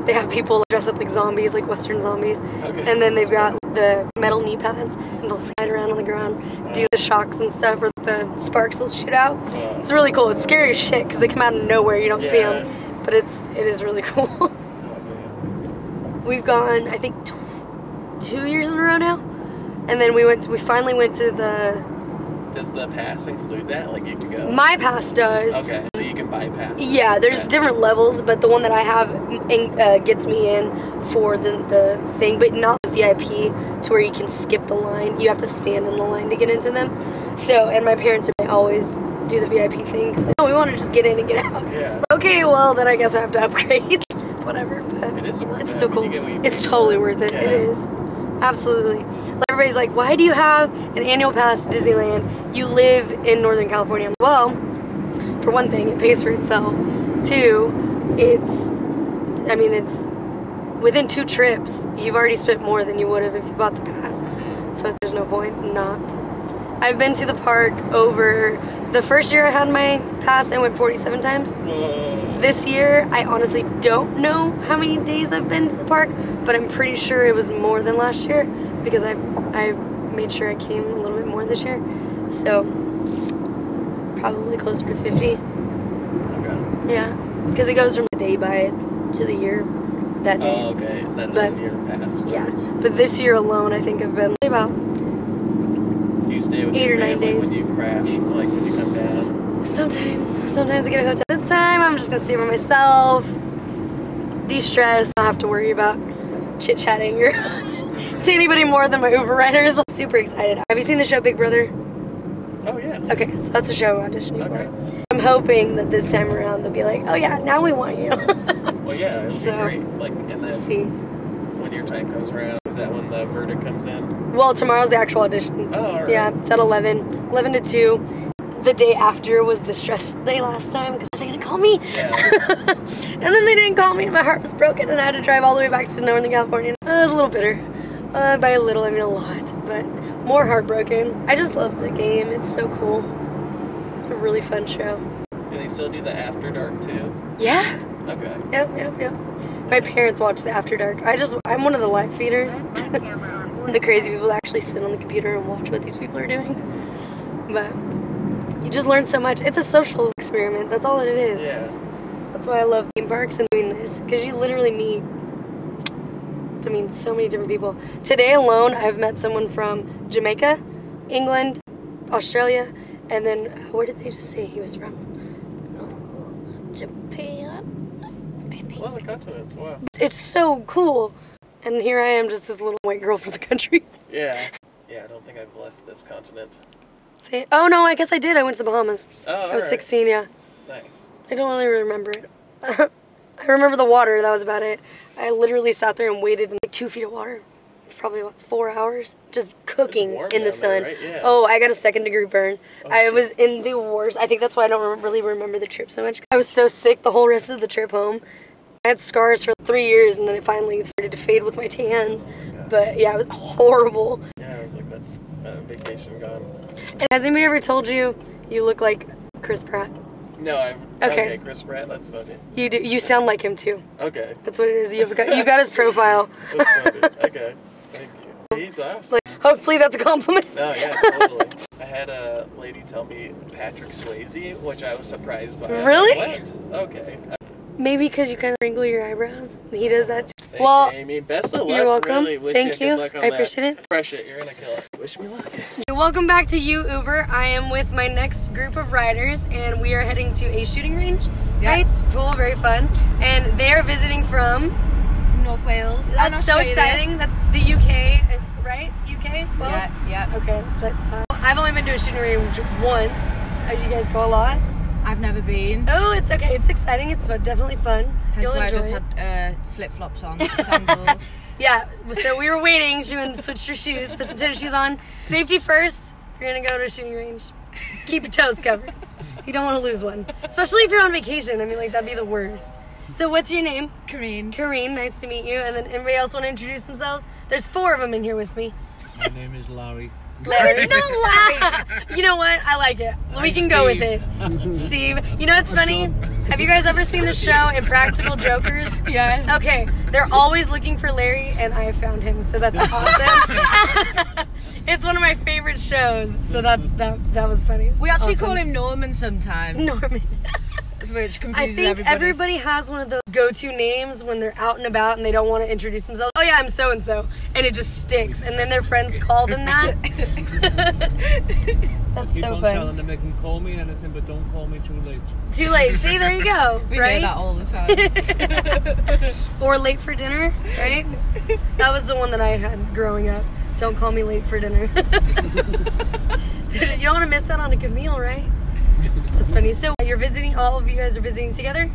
A: they have people dress up like zombies, like western zombies.
E: Okay.
A: And then they've got the metal knee pads and they'll slide around on the ground, do the shocks and stuff, or the sparks will shoot out.
E: Wow.
A: It's really cool. It's scary as shit because they come out of nowhere. You don't see 'em. see
E: Yeah.
A: them, but it's it is really cool.
E: Oh, man.
A: We've gone, I think, tw- two years in a row now, and then we went. we finally went to the
E: Does the pass include that? Like you can go.
A: My Pass does.
E: okay, so you can bypass. it.
A: Yeah, there's
E: Okay.
A: different levels, but the one that I have mm, in, uh, gets me in for the the thing, but not the VIP to where you can skip the line. You have to stand in the line to get into them. So, and my parents they always do the VIP thing because like, oh, we want to just get in and get out.
E: Yeah.
A: Okay, well then I guess I have to upgrade. Whatever, but
E: It is worth
A: It's
E: it.
A: so
E: I mean,
A: cool.
E: you get what you pay
A: It's totally
E: for.
A: worth it. It
E: Yeah.
A: is. Absolutely. Like, Everybody's like, why do you have an annual pass to Disneyland? You live in Northern California. I'm like, Well, for one thing, it pays for itself. Two, it's, I mean, it's within two trips, you've already spent more than you would have if you bought the pass. So there's no point not. I've been to the park over the first year I had my pass, I went 47 times.
E: Whoa.
A: This year, I honestly don't know how many days I've been to the park, but I'm pretty sure it was more than last year because I I made sure I came a little bit more this year. So probably closer to 50.
E: Okay.
A: Yeah, because it goes from the day by to the year that day.
E: Oh, okay. That's
A: But-
E: when your pass
A: yeah,
E: starts.
A: but this year alone, I think I've been about
E: You stay with
A: Eight
E: your
A: or nine
E: family
A: days.
E: when you crash, like when you come down.
A: Sometimes, sometimes I get a hotel. This time I'm just gonna stay by myself, de-stress, not have to worry about chit-chatting or to anybody more than my Uber riders. I'm super excited. Have you seen the show Big Brother?
E: Oh yeah.
A: Okay, so that's the show I'm auditioning
E: Okay.
A: for. I'm hoping that this time around they'll be like, oh yeah, now we want you.
E: Well yeah, it'll
A: So-
E: be great. Like and
A: Let's
E: then
A: see.
E: when your time comes around, is that when the verdict comes in?
A: Well, tomorrow's the actual audition.
E: Oh, all right.
A: Yeah, it's at 11, 11 to 2. The day after was the stressful day last time because they didn't call me.
E: Yeah.
A: and then they didn't call me, and my heart was broken, and I had to drive all the way back to Northern California. Uh, I was a little bitter. Uh, by a little, I mean a lot, but more heartbroken. I just love the game. It's so cool. It's a really fun show.
E: Do they still do the after dark too?
A: Yeah.
E: Okay.
A: Yep, yep, yep. My parents watch the After Dark. I just, I'm one of the live feeders. the crazy people that actually sit on the computer and watch what these people are doing. But you just learn so much. It's a social experiment. That's all it is.
E: Yeah.
A: That's why I love theme parks and doing this because you literally meet, I mean, so many different people. Today alone, I've met someone from Jamaica, England, Australia, and then where did they just say he was from? Oh, Japan, I think
E: Well the continents, wow.
A: it's so cool. And here I am, just this little white girl from the country.
E: Yeah. Yeah, I don't think I've left this continent.
A: Say, oh no, I guess I did. I went to the Bahamas.
E: Oh all
A: I was
E: right.
A: 16, yeah.
E: Nice.
A: I don't really remember it. I remember the water, that was about it. I literally sat there and waited in like two feet of water for probably about four hours, just cooking
E: warm
A: in the
E: down there,
A: sun.
E: right? Yeah.
A: Oh, I got a second degree burn.
E: Oh,
A: I
E: shit.
A: was in the worst. I think that's why I don't re- really remember the trip so much. I was so sick the whole rest of the trip home. I had scars for three years, and then it finally started to fade with my tans. But yeah, it was horrible.
E: Yeah. that's uh, vacation gone.
A: And has anybody ever told you you look like Chris Pratt?
E: No, I'm
A: Okay.
E: okay. Chris Pratt, that's funny.
A: You do. You sound like him too.
E: Okay,
A: That's what it is. You've got you've got his profile.
E: that's funny. okay, thank you. He's awesome.
A: Hopefully that's a compliment.
E: No, Oh, yeah, totally. I had a lady tell me Patrick Swayze, which I was surprised by. I was like,
A: Really?
E: "What? Okay.
A: Maybe because you kind of wrinkle your eyebrows. He does that. Too.
E: Thank
A: Well,
E: you, Amy. Best of luck.
A: You're welcome.
E: Really. Wish
A: Thank
E: you.
A: you.
E: Good luck on
A: I
E: that.
A: appreciate it.
E: Crush it. You're gonna kill it. Wish me luck.
A: Welcome back to you, Uber. I am with my next group of riders, and we are heading to a shooting range. Right? Cool. Very fun. And they are visiting from.
D: North Wales. and
A: That's so
D: Australia.
A: exciting. That's the UK, if- right? UK. Wales?
D: Yeah, yeah.
A: Okay, that's what. Uh, I've only been to a shooting range once. Uh, you guys go a lot?
D: I've never been.
A: Oh, it's okay. It's exciting. It's fu- definitely fun.
D: Hence
A: You'll
D: why I
A: enjoy
D: just
A: it.
D: had uh, flip flops on, sandals.
A: Yeah. So we were waiting. She went and switched her shoes, put some tennis shoes on. Safety first. If you're gonna go to a shooting range, keep your toes covered. You don't want to lose one, especially if you're on vacation. I mean, like that'd be the worst. So what's your name?
D: Kareen.
A: Kareen. Nice to meet you. And then anybody else want to introduce themselves? There's four of them in here with me.
H: My name is Larry.
A: Larry. you know what? I like it. we can go with it. Steve. You know what's funny? Have you guys ever seen the show Impractical Jokers?
D: Yeah.
A: Okay, they're always looking for Larry, and I found him, so that's awesome. it's one of my favorite shows, so that's that. That was funny.
D: We actually
A: Awesome.
D: call him Norman sometimes,
A: Norman.
D: which confuses
A: I think everybody.
D: everybody.
A: has one of those go-to names when they're out and about and they don't want to introduce themselves. Oh yeah, I'm so and so, and it just sticks, and then their friends call them that. that's
H: Keep
A: so
H: on
A: fun.
H: telling them they can call me anything, but don't call me too late.
A: Too late. See, there you go.
D: we
A: right?
D: hear that all the time.
A: or late for dinner, right? that was the one that I had growing up. Don't call me late for dinner. you don't want to miss that on a good meal, right? That's funny. So you're visiting. All of you guys are visiting together.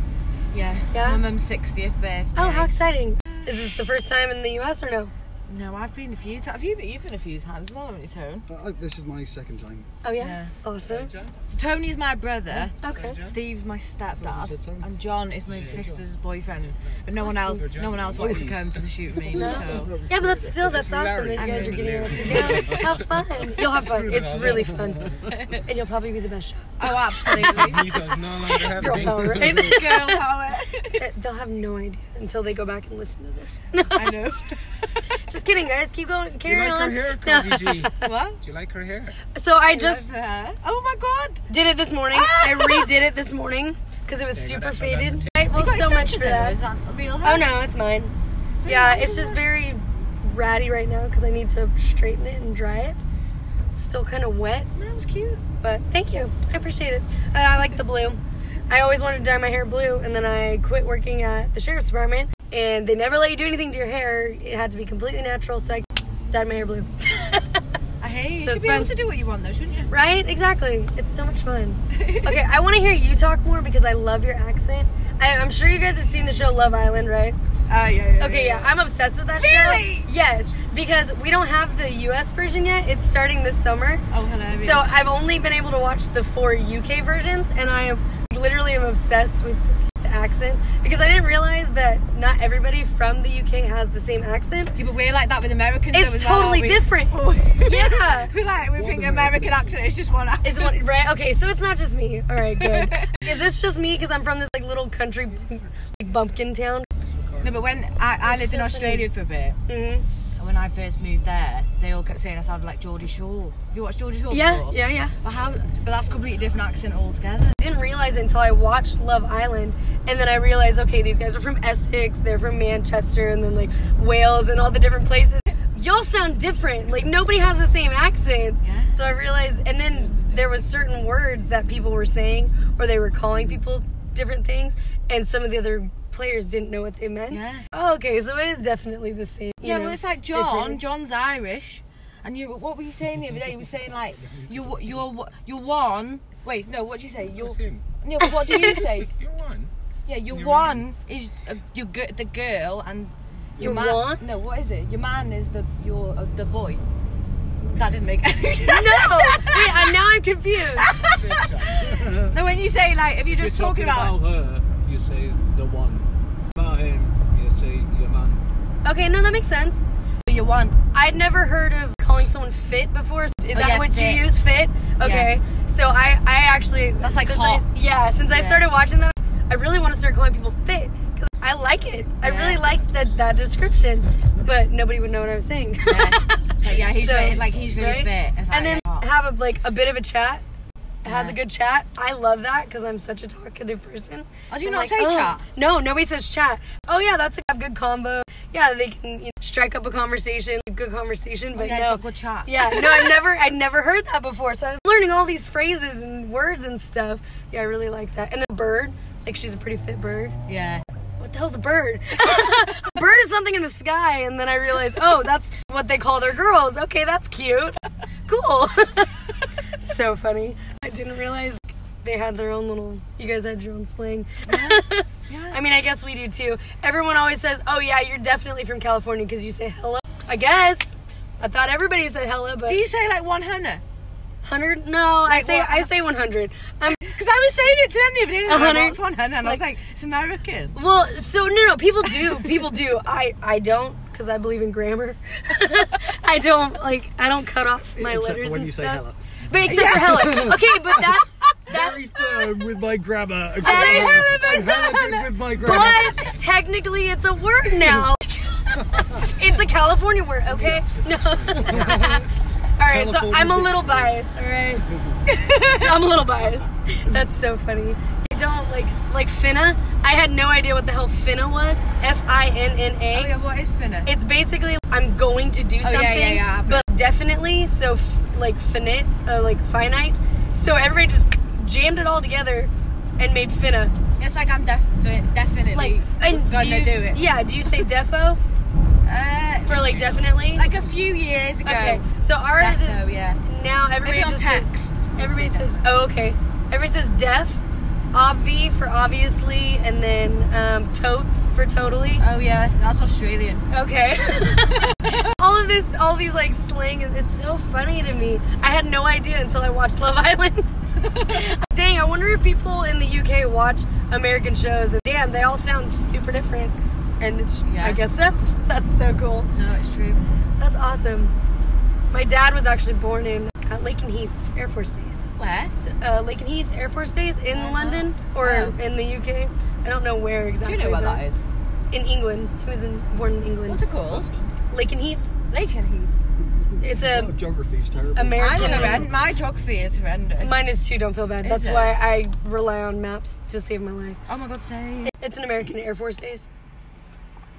D: yeah. It's
A: Yeah.
D: My mum's 60th birthday.
A: Oh, how exciting! Is this the first time in the U.S. or no?
D: No, I've been a few times. Have you been? You've been a few times. Well, haven't you, Tone?
I: Uh, this is my second time.
A: Oh yeah.
D: Yeah.
A: Awesome.
D: So Tony's my brother.
A: Okay.
D: Steve's my
I: That's
D: stepdad,
I: what I said, Tony.
D: and John is my sister's boyfriend. But no one else, no one else wanted to come to the shoot with me. So
A: Yeah, but that's still that's awesome that you guys are getting able to go. Have fun. You'll have fun. It's really fun, and you'll probably be the best shot.
D: oh, absolutely,
H: He does no longer have
A: Girl power, right?
D: girl power.
A: Eh, They'll have no idea until they go back and listen to this.
D: I know.
A: Just kidding, guys. Keep going.
H: Do you
A: Carry
H: like her
A: on.
H: hair,
A: No.
H: Cozy G? Do
D: what?
H: you like her hair?
A: So I just
D: Love her. Oh my god.
A: did it this morning. I redid it this morning because it was
H: you go,
A: super
H: that's what I'm
A: faded.
H: taking.
A: Right? Well,
D: You got
A: so much
D: extensions
A: for
D: in
A: that.
D: those, aren't- real
A: Oh
D: hair?
A: no, it's mine.
D: Really?
A: Yeah, it's just very ratty right now because I need to straighten it and dry it. It's still kind of wet,
D: That was cute.
A: but thank you. I appreciate it. And I like the blue. I always wanted to dye my hair blue, and then I quit working at the sheriff's department, and they never let you do anything to your hair. It had to be completely natural, so I dyed my hair blue.
D: I hate.
A: So
D: You should
A: it's
D: be able
A: fun.
D: to do what you want though, shouldn't you?
A: Right? Exactly. It's so much fun. Okay, I want to hear you talk more because I love your accent. I, I'm sure you guys have seen the show Love Island, right?
D: Ah, yeah, yeah.
A: Okay, yeah, I'm obsessed with that
D: Really?
A: show. Yes, because we don't have the US version yet. It's starting this summer.
D: Oh, hello.
A: So I've only been able to watch the four UK versions, and I am- literally am obsessed with the accents because I didn't realize that not everybody from the UK has the same accent.
D: Yeah, but we're like that with Americans.
A: It's
D: though, as well,
A: totally
D: aren't we?
A: different. Yeah.
D: we like we think American accent is just one accent.
A: Is one right? Okay, so it's not just me. All right, good. Is this just me? Because I'm from this like little country, like bumpkin town.
D: No, but when I, I lived in Australia for a bit,
A: hmm
D: and when I first moved there, they all kept saying I sounded like Geordie Shore. Have you watched Geordie Shore
A: Yeah,
D: before?
A: yeah, yeah.
D: But how? But that's completely different accent altogether.
A: I didn't realize it until I watched Love Island, and then I realized, okay, these guys are from Essex, they're from Manchester, and then like Wales and all the different places. Y'all sound different. Like nobody has the same accent.
D: Yeah.
A: So I realized, and then there was certain words that people were saying, or they were calling people different things, and some of the other players didn't know what they meant.
D: Yeah.
A: Oh, okay, so it is definitely the same. you
D: yeah,
A: know,
D: well, it's like John.
A: difference.
D: John's Irish, and you. What were you saying the other day? You were saying like you you're you're one. Wait, no. What did you say? You're
H: Who's him?
D: no. What do you say?
H: You're one.
D: Yeah, your
H: You're
D: one is uh, your g- the girl and
A: Your
D: your man.
A: one?
D: No, what is it? Your man is the your uh, the boy. That didn't make any sense.
A: No, wait, I, now I'm confused.
D: No, when you say like, if you're just
H: You're
D: talking, about,
H: her, you say the one. About him, you say your man.
A: Okay, no, that makes sense.
D: your one,
A: I'd never heard of calling calling someone fit before. Is that
D: Oh, yeah,
A: what
D: fit.
A: you use, fit? Okay. So I, I actually
D: That's like
A: since
D: hot.
A: I, yeah. Since I
D: Yeah.
A: started watching that, I really want to start calling people fit because I like it. I
D: Yeah.
A: really like that that description, but nobody would know what I was saying.
D: Yeah. So, yeah, he's
A: So,
D: really, like he's really
A: right?
D: fit. It's like, oh.
A: and then
D: yeah.
A: have a, like a bit of a chat. Has
D: Yeah.
A: a good chat. I love that because I'm such a talkative person.
D: Oh, do
A: So
D: you
A: I'm
D: not
A: like,
D: say
A: oh,
D: chat?
A: No, nobody says chat. Oh yeah, that's a have good combo. Yeah, they can you know, strike up a conversation, good conversation.
D: Oh, You
A: But
D: guys
A: no,
D: got good chat.
A: yeah, no, I never, I never heard that before. So I was learning all these phrases and words and stuff. Yeah, I really like that. And the bird, like she's a pretty fit bird.
D: Yeah.
A: What the hell's a bird? A bird is something in the sky, and then I realized, oh, that's what they call their girls. Okay, that's cute. Cool. so funny. I didn't realize they had their own little. You guys had your own slang.
D: Yeah.
A: I mean, I guess we do too. Everyone always says, "Oh yeah, you're definitely from California" because you say hello. I guess. I thought everybody said hello, but
D: Do you say like one hundred?
A: Hundred? No, I
D: Like,
A: say
D: what-
A: I say one hundred. I'm
D: Because I was saying it to them the other day.
A: Uh-huh.
D: Like, What's one hundred? And I was like, it's American.
A: well, so no, no, people do, people do. I I don't because I believe in grammar. I don't like I don't cut off my
I: Except for
A: letters
I: when
A: and
I: you say
A: stuff.
I: hello.
A: But except for hello. Okay, but that's that's.
I: Um, with my grammar. I'm
A: Hey,
I: hella good with my grammar.
A: But technically, it's a word now. it's a California word, okay? No. all right, so I'm a little biased, all right? I'm a little biased. That's so funny. I don't like like finna. I had no idea what the hell finna was. F I N N
D: Oh yeah,
A: A.
D: what is finna?
A: It's basically I'm going to do
D: Oh, yeah, yeah,
A: something,
D: yeah, I've-
A: but definitely so f- like finite, uh, like finite. So everybody just jammed it all together and made finna.
D: It's like I'm def- doing- definitely
A: Like and
D: gonna
A: do, you-
D: do it.
A: Yeah. Do you say defo
D: Uh,
A: for like definitely?
D: like a few years ago.
A: okay. So ours
D: That's
A: is
D: no, yeah.
A: now everybody
D: Maybe on
A: just
D: text.
A: says everybody says oh okay. Everybody says def, obvi for obviously, and then um, totes for totally.
D: Oh yeah, that's Australian.
A: Okay. all of this, all these like slang is it's so funny to me. I had no idea until I watched Love Island. Dang, I wonder if people in the UK watch American shows. And damn, they all sound super different. And it's, I
D: Yeah.
A: guess so. That's so cool.
D: No, it's true.
A: That's awesome. My dad was actually born in uh, Lake and Heath Air Force Base.
D: Where?
A: So, uh, Lake and Heath Air Force Base in
D: Uh-huh.
A: London or
D: Oh.
A: in the UK. I don't know where
D: Do
A: exactly.
D: you know where
A: but
D: that is?
A: In England. He was in, born in England.
D: What's it called?
A: Lake and Heath.
D: Lake and Heath.
A: It's
I: Oh,
A: a
I: geography's terrible.
D: I'm
A: American.
D: horrendous. My geography is horrendous.
A: Mine is too. Don't feel bad.
D: Is
A: That's
D: it?
A: why I rely on maps to save my life.
D: oh my god, same.
A: It's an American Air Force base.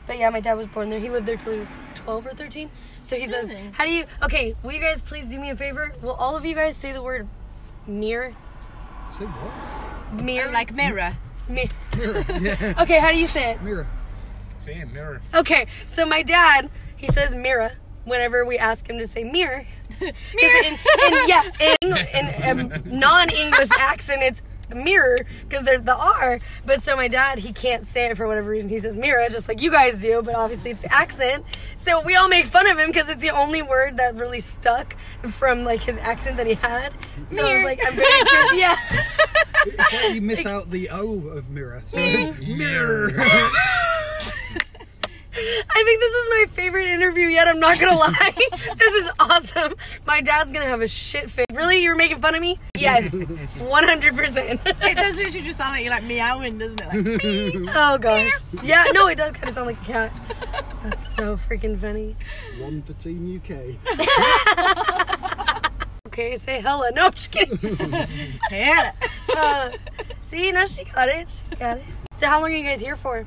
A: But yeah, my dad was born there. He lived there till he was 12 or 13. So he says,
D: Really?
A: "How do you? Okay, will you guys please do me a favor? Will all of you guys say the word mirror?
I: Say what?
A: Mirror?
D: Oh, like mirror.
A: mi-
I: Mirror. Yeah.
A: okay, how do you say it?
I: Mirror.
H: See, mirror.
A: Okay, so my dad, he says mirror whenever we ask him to say mirror. 'Cause In, in, yeah, in, in a non-English accent, it's mirror because they're the R. But so my dad, he can't say it for whatever reason. He says mirror just like you guys do, but obviously it's the accent. So we all make fun of him because it's the only word that really stuck from like his accent that he had. So I was like, I'm very curious. Yeah.
I: It's like you miss out the O of mirror. So it's mirror.
A: I think this is my favorite interview yet. I'm not gonna lie. this is awesome. My dad's gonna have a shit fit. Really, you're making fun of me? Yes, 100. percent
D: It does literally just sound like you're like meowing, doesn't it? Like,
A: Oh gosh. Yeah. No, it does kind of sound like a cat. That's so freaking funny.
I: One for Team UK.
A: Okay, say hella. No, I'm just kidding.
D: yeah.
A: Uh, see, now she got it. She got it. So how long are you guys here for?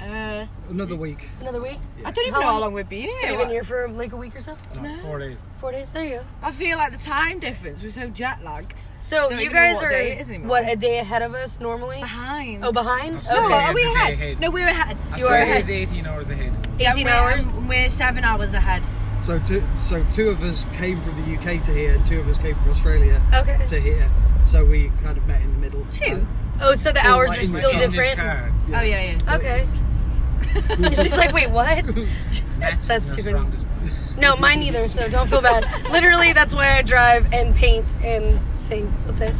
D: Uh,
I: Another week.
A: Another week?
D: I don't even
A: How
D: know how
A: long-
D: long we've been
A: Have
D: here.
A: you been here for like a week or so?
H: Four days.
A: Four days? There you go.
D: I feel like the time difference. We're so jet lagged.
A: So
D: Don't
A: you
D: even know
A: guys
D: what
A: are
D: day it is anymore.
A: what a day ahead of us normally?
D: Behind.
A: Oh, behind?
H: No,
D: no,
H: Okay,
D: are we
H: it's a
D: ahead?
H: day ahead.
D: No, we're ahead.
A: You are
H: Australia
A: ahead.
H: is 18 hours ahead.
A: 18
D: we're,
A: hours.
D: um, we're seven hours ahead.
I: So two, so two of us came from the UK to here, and two of us came from Australia
A: Okay.
I: to here. So we kind of met in the middle.
D: Two?
A: Oh, so the hours are
I: in my-
A: still
I: in
H: this
A: different.
H: car.
D: Oh yeah, yeah.
A: Okay. She's like, wait, what?
H: That's,
A: That's
H: your
A: too many.
H: strongest point.
A: No, mine neither. So don't feel bad. Literally, that's why I drive and paint and sing. That's it.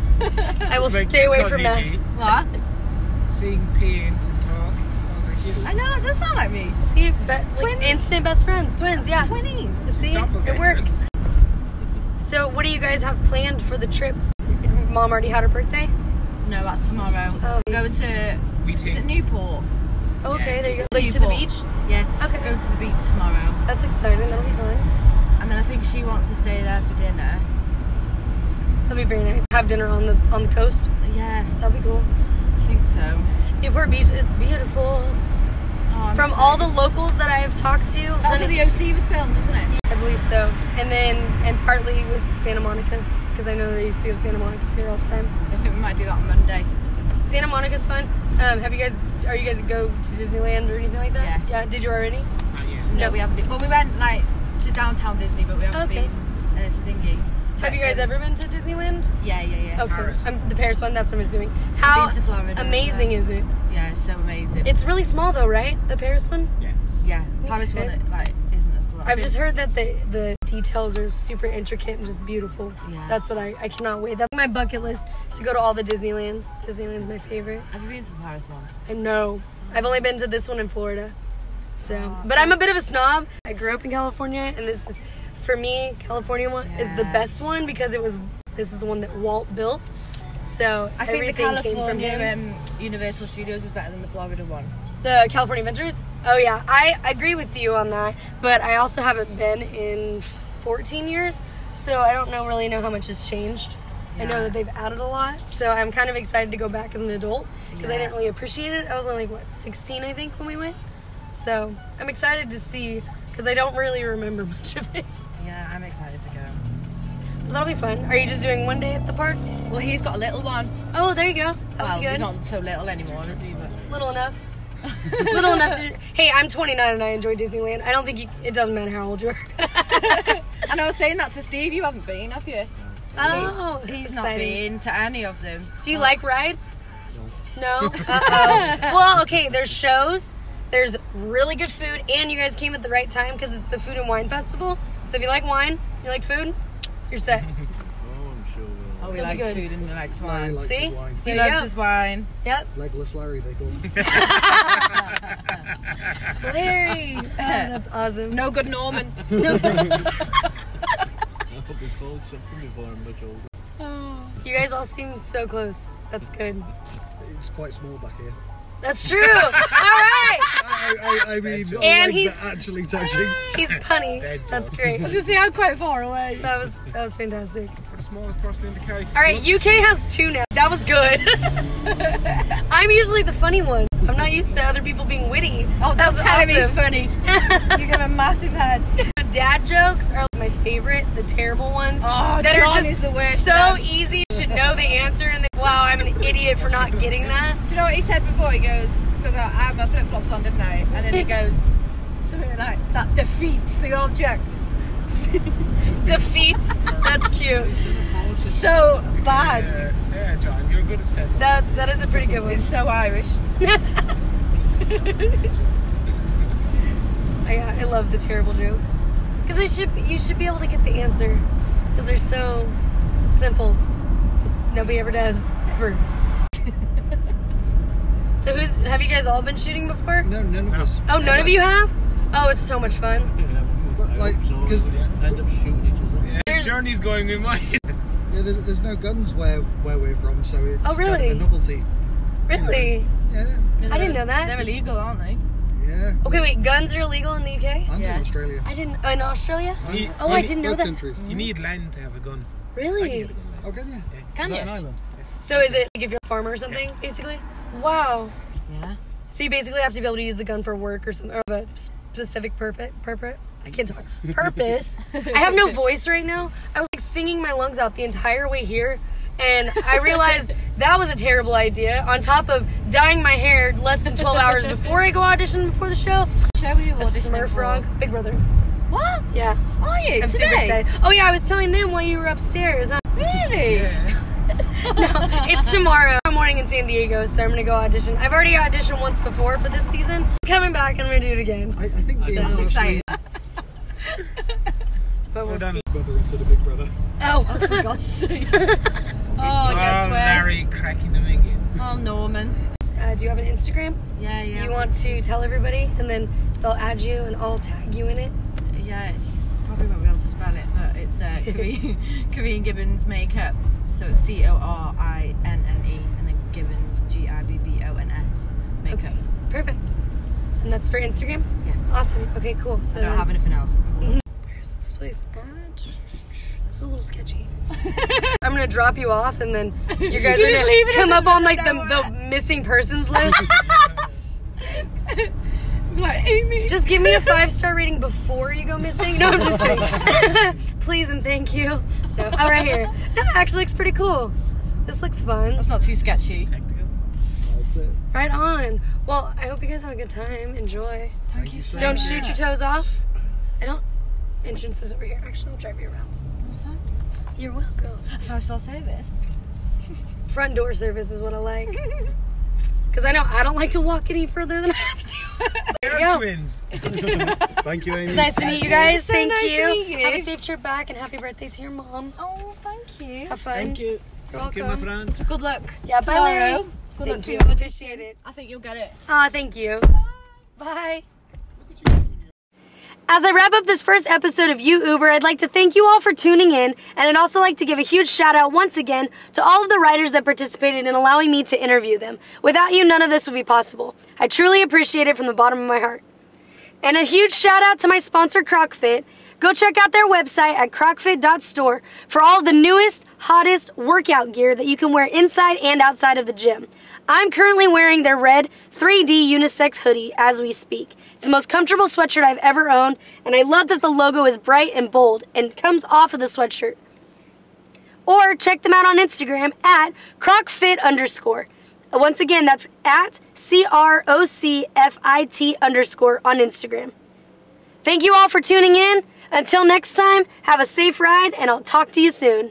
A: I will
H: Like,
A: stay away
H: because
A: from
H: you
A: math.
H: do
D: What?
H: Sing, paint, and talk. Sounds like you.
D: I know that does sound like me.
A: See, but
D: Twins.
A: like, instant best friends, twins. Yeah.
D: Twinnies.
A: See, it works. So, what do you guys have planned for the trip? Mom already had her birthday.
D: No, that's tomorrow.
A: Oh.
D: Go to is
H: We
D: it
H: take.
D: Newport.
A: Oh, okay, there you go.
D: Yeah.
A: Like to the
D: Newport.
A: beach.
D: Yeah.
A: Okay.
D: Go to the beach tomorrow,
A: That's exciting. That'll be fun.
D: and then I think she wants to stay there for dinner.
A: That'll be very nice. Have dinner on the on the coast.
D: Yeah,
A: That'll be cool.
D: I think so.
A: Newport Beach is beautiful.
D: Oh, I'm
A: From all the locals that I have talked to,
D: excited. that's
A: then
D: where the OC was filmed, isn't it?
A: I believe so. And then, and partly with Santa Monica, because I know they used to go to Santa Monica Pier all the time.
D: I think we might do that on Monday.
A: Santa Monica's fun. Um, have you guys, are you guys go to Disneyland or anything like that? Yeah. did you already?
H: Not yours.
D: No,
A: No.
D: we haven't. Been. Well, we went like to downtown Disney, but we haven't
A: Okay.
D: been uh, to Thingy.
A: Have you guys ever been to Disneyland?
D: Yeah, yeah, yeah.
A: Okay.
H: Paris.
A: Um, the Paris one, that's what I'm assuming. How
D: Been to Florida.
A: amazing is it?
D: Yeah, it's so amazing.
A: It's really small though, right? The Paris one?
D: yeah, Paris
A: Okay.
D: one that, like isn't as cool. I
A: I've
D: think.
A: just heard that the, the details are super intricate and just beautiful.
D: Yeah.
A: That's what I, I cannot wait. That's my bucket list to go to all the Disneylands. Disneyland's my favorite.
D: Have you been to Paris one?
A: I know. I've only been to this one in Florida. So, but I'm a bit of a snob. I grew up in California, and this is, for me, California one is the
D: Yeah.
A: best one because it was. This is the one that Walt built. So
D: I think the
A: everything came from him.
D: California um, Universal Studios is better than the Florida one.
A: the California Adventures. Oh yeah, I agree with you on that. But I also haven't been in 14 years, so I don't know really know how much has changed. I know
D: Yeah.
A: that they've added a lot, so I'm kind of excited to go back as an adult because I
D: Yeah.
A: didn't really appreciate it. I was only what 16, I think, when we went. So I'm excited to see because I don't really remember much of it.
D: Yeah, I'm excited to go.
A: But that'll be fun. Are you just doing one day at the parks?
D: Well, he's got a little one.
A: Oh, there you go. That'll
D: Well,
A: be
D: he's
A: good.
D: not so little anymore, is he? But
A: Little enough. Little enough to. Hey, I'm 29 and I enjoy Disneyland. I don't think you, it doesn't matter how old you are.
D: and I was saying that to Steve. You haven't been, have you?
A: Oh,
D: He's not
A: exciting.
D: been to any of them.
A: Do you like rides? No. No? Uh oh. well, okay, there's shows, there's really good food, and you guys came at the right time because it's the Food and Wine Festival. So if you like wine, you like food, you're set.
D: Oh, he
A: That'd
D: likes
A: be good.
D: food and he likes
I: Larry
D: wine.
I: likes
A: See?
I: his wine.
D: He
A: There you
D: loves
A: go.
D: his wine.
A: Yep.
I: Legless Larry, they call him.
A: Larry. Oh, that's awesome.
D: No good Norman.
A: You guys all seem so close. That's good.
I: It's quite small back here.
A: That's true. all right.
I: I, I, I mean, our
A: And
I: legs
A: he's-
I: are actually touching.
A: He's punny.
H: Dead
A: That's
H: joke.
A: great.
D: you see, I'm quite far away.
A: That was that was fantastic.
H: For the smallest person in the car.
A: All right, UK has two now. That was good. I'm usually the funny one. I'm not used to other people being witty.
D: Oh,
A: That was
D: that's how he's
A: awesome.
D: funny. You give a massive head.
A: Dad jokes are my favorite, the terrible ones.
D: Oh,
A: that
D: John
A: are just
D: is the worst.
A: so easy. You should know the answer and then, wow, I'm an idiot for not getting that.
D: Do you know what he said before? He goes, because I I had my flip flops on, didn't I? And then he goes, something like, that defeats the object.
A: Defeats. That's cute.
D: So bad.
H: Yeah, yeah, John, you're good at stand up.
A: That's that is a pretty good one.
D: It's so Irish.
A: I, I love the terrible jokes because they should you should be able to get the answer because they're so simple. Nobody ever does ever. so who's have you guys all been shooting before?
I: No, none of us.
A: Oh, none of you have. Oh, it's so much fun.
I: But, like, because
H: Yeah,
A: There's-
H: his journey's going in mine.
I: yeah, there's, there's no guns where where we're from, so it's
A: Oh, really?
I: kind of a novelty.
A: Really?
I: Yeah,
A: I didn't know that.
D: They're illegal, aren't they?
I: yeah.
A: Okay, wait. Guns are illegal in the UK.
I: I'm
D: Yeah.
I: in Australia.
A: I didn't. In Australia?
I: I'm-
A: Oh, I
I: I'm-
A: didn't know
I: both
A: that.
I: Countries.
H: You need land to have a gun. I can
A: Really?
H: get a gun
I: Oh,
H: license.
I: can you?
D: Can
I: Is that
D: you?
I: an island?
A: So is it like if you're a farmer or something, basically? Wow.
D: Yeah.
A: So you basically have to be able to use the gun for work or something, or have a specific purpose. Purpose. I can't talk. Purpose. I have no voice right now. I was like singing my lungs out the entire way here, and I realized that was a terrible idea. On top of dyeing my hair less than 12 hours before I go audition before the show.
D: Show me your
A: A Smurf frog, Big Brother.
D: What?
A: Yeah,
D: Are you?
A: I'm
D: today?
A: super excited. Oh yeah, I was telling them while you were upstairs. huh?
D: Really?
A: no, it's tomorrow morning in San Diego, so I'm gonna go audition. I've already auditioned once before for this season. I'm coming back and I'm gonna do it again.
I: I, I think the
D: I'm
I: international
D: excited.
A: But we'll
H: Well done.
A: see.
I: brother instead of big brother.
D: Oh, for God's sake.
H: Oh,
D: Oh, it gets worse.
H: Larry cracking them again.
D: Oh, Norman.
A: Uh, do you have an Instagram?
D: Yeah, yeah.
A: you want to tell everybody, and then they'll add you, and I'll tag you in it.
D: Yeah, probably won't be able to spell it, but it's uh, Corinne, Corinne Gibbons makeup. So it's C O R I N N E and then Gibbons G I B B O N S makeup.
A: Okay. Perfect. And that's for Instagram.
D: Yeah.
A: Awesome. Okay. Cool. So
D: I don't
A: then-
D: have anything else.
A: Where's this place at? This is a little sketchy. I'm gonna drop you off, and then you guys
D: You
A: are
D: just
A: gonna
D: leave it
A: come
D: as
A: up on like the,
D: another
A: the missing persons list.
D: I'm like Amy.
A: just give me a five star rating before you go missing. No, I'm just kidding. Please and thank you. No. Oh, right here. No, it actually looks pretty cool. This looks fun.
D: That's not too sketchy.
I: That's it.
A: Right on. Well, I hope you guys have a good time. Enjoy.
I: Thank you so
A: Don't
I: much.
A: shoot your toes off. I don't. Entrance is over here. Actually, I'll drive you around. You're welcome.
D: Five star service.
A: front door service is what I like. Because I know I don't like to walk any further than I have to. There
H: They're
A: you go.
H: twins.
I: Thank you, Amy.
A: It's nice to meet you guys.
D: So
A: Thank
D: nice to
A: you.
D: meet you.
A: Have a safe trip back and happy birthday to your mom.
D: Oh, thank you.
A: Have fun.
H: Thank you.
A: You're
H: Okay, my
A: welcome.
H: friend.
D: Good luck.
A: Yeah, bye, Larry.
D: tomorrow. Good luck
A: Thank
D: to
A: you.
D: your audition.
A: Appreciate it.
D: I think you'll get it.
A: Aw, thank you. Bye. As I wrap up this first episode of You Uber, I'd like to thank you all for tuning in, and I'd also like to give a huge shout out once again to all of the writers that participated in allowing me to interview them. Without you, none of this would be possible. I truly appreciate it from the bottom of my heart. And a huge shout out to my sponsor, CrocFit. Go check out their website at crocfit.store for all of the newest, hottest workout gear that you can wear inside and outside of the gym. I'm currently wearing their red 3D unisex hoodie as we speak. It's the most comfortable sweatshirt I've ever owned, and I love that the logo is bright and bold and comes off of the sweatshirt. Or check them out on Instagram at crocfit underscore. Once again, that's at C R O C F I T underscore on Instagram. Thank you all for tuning in. Until next time, have a safe ride, and I'll talk to you soon.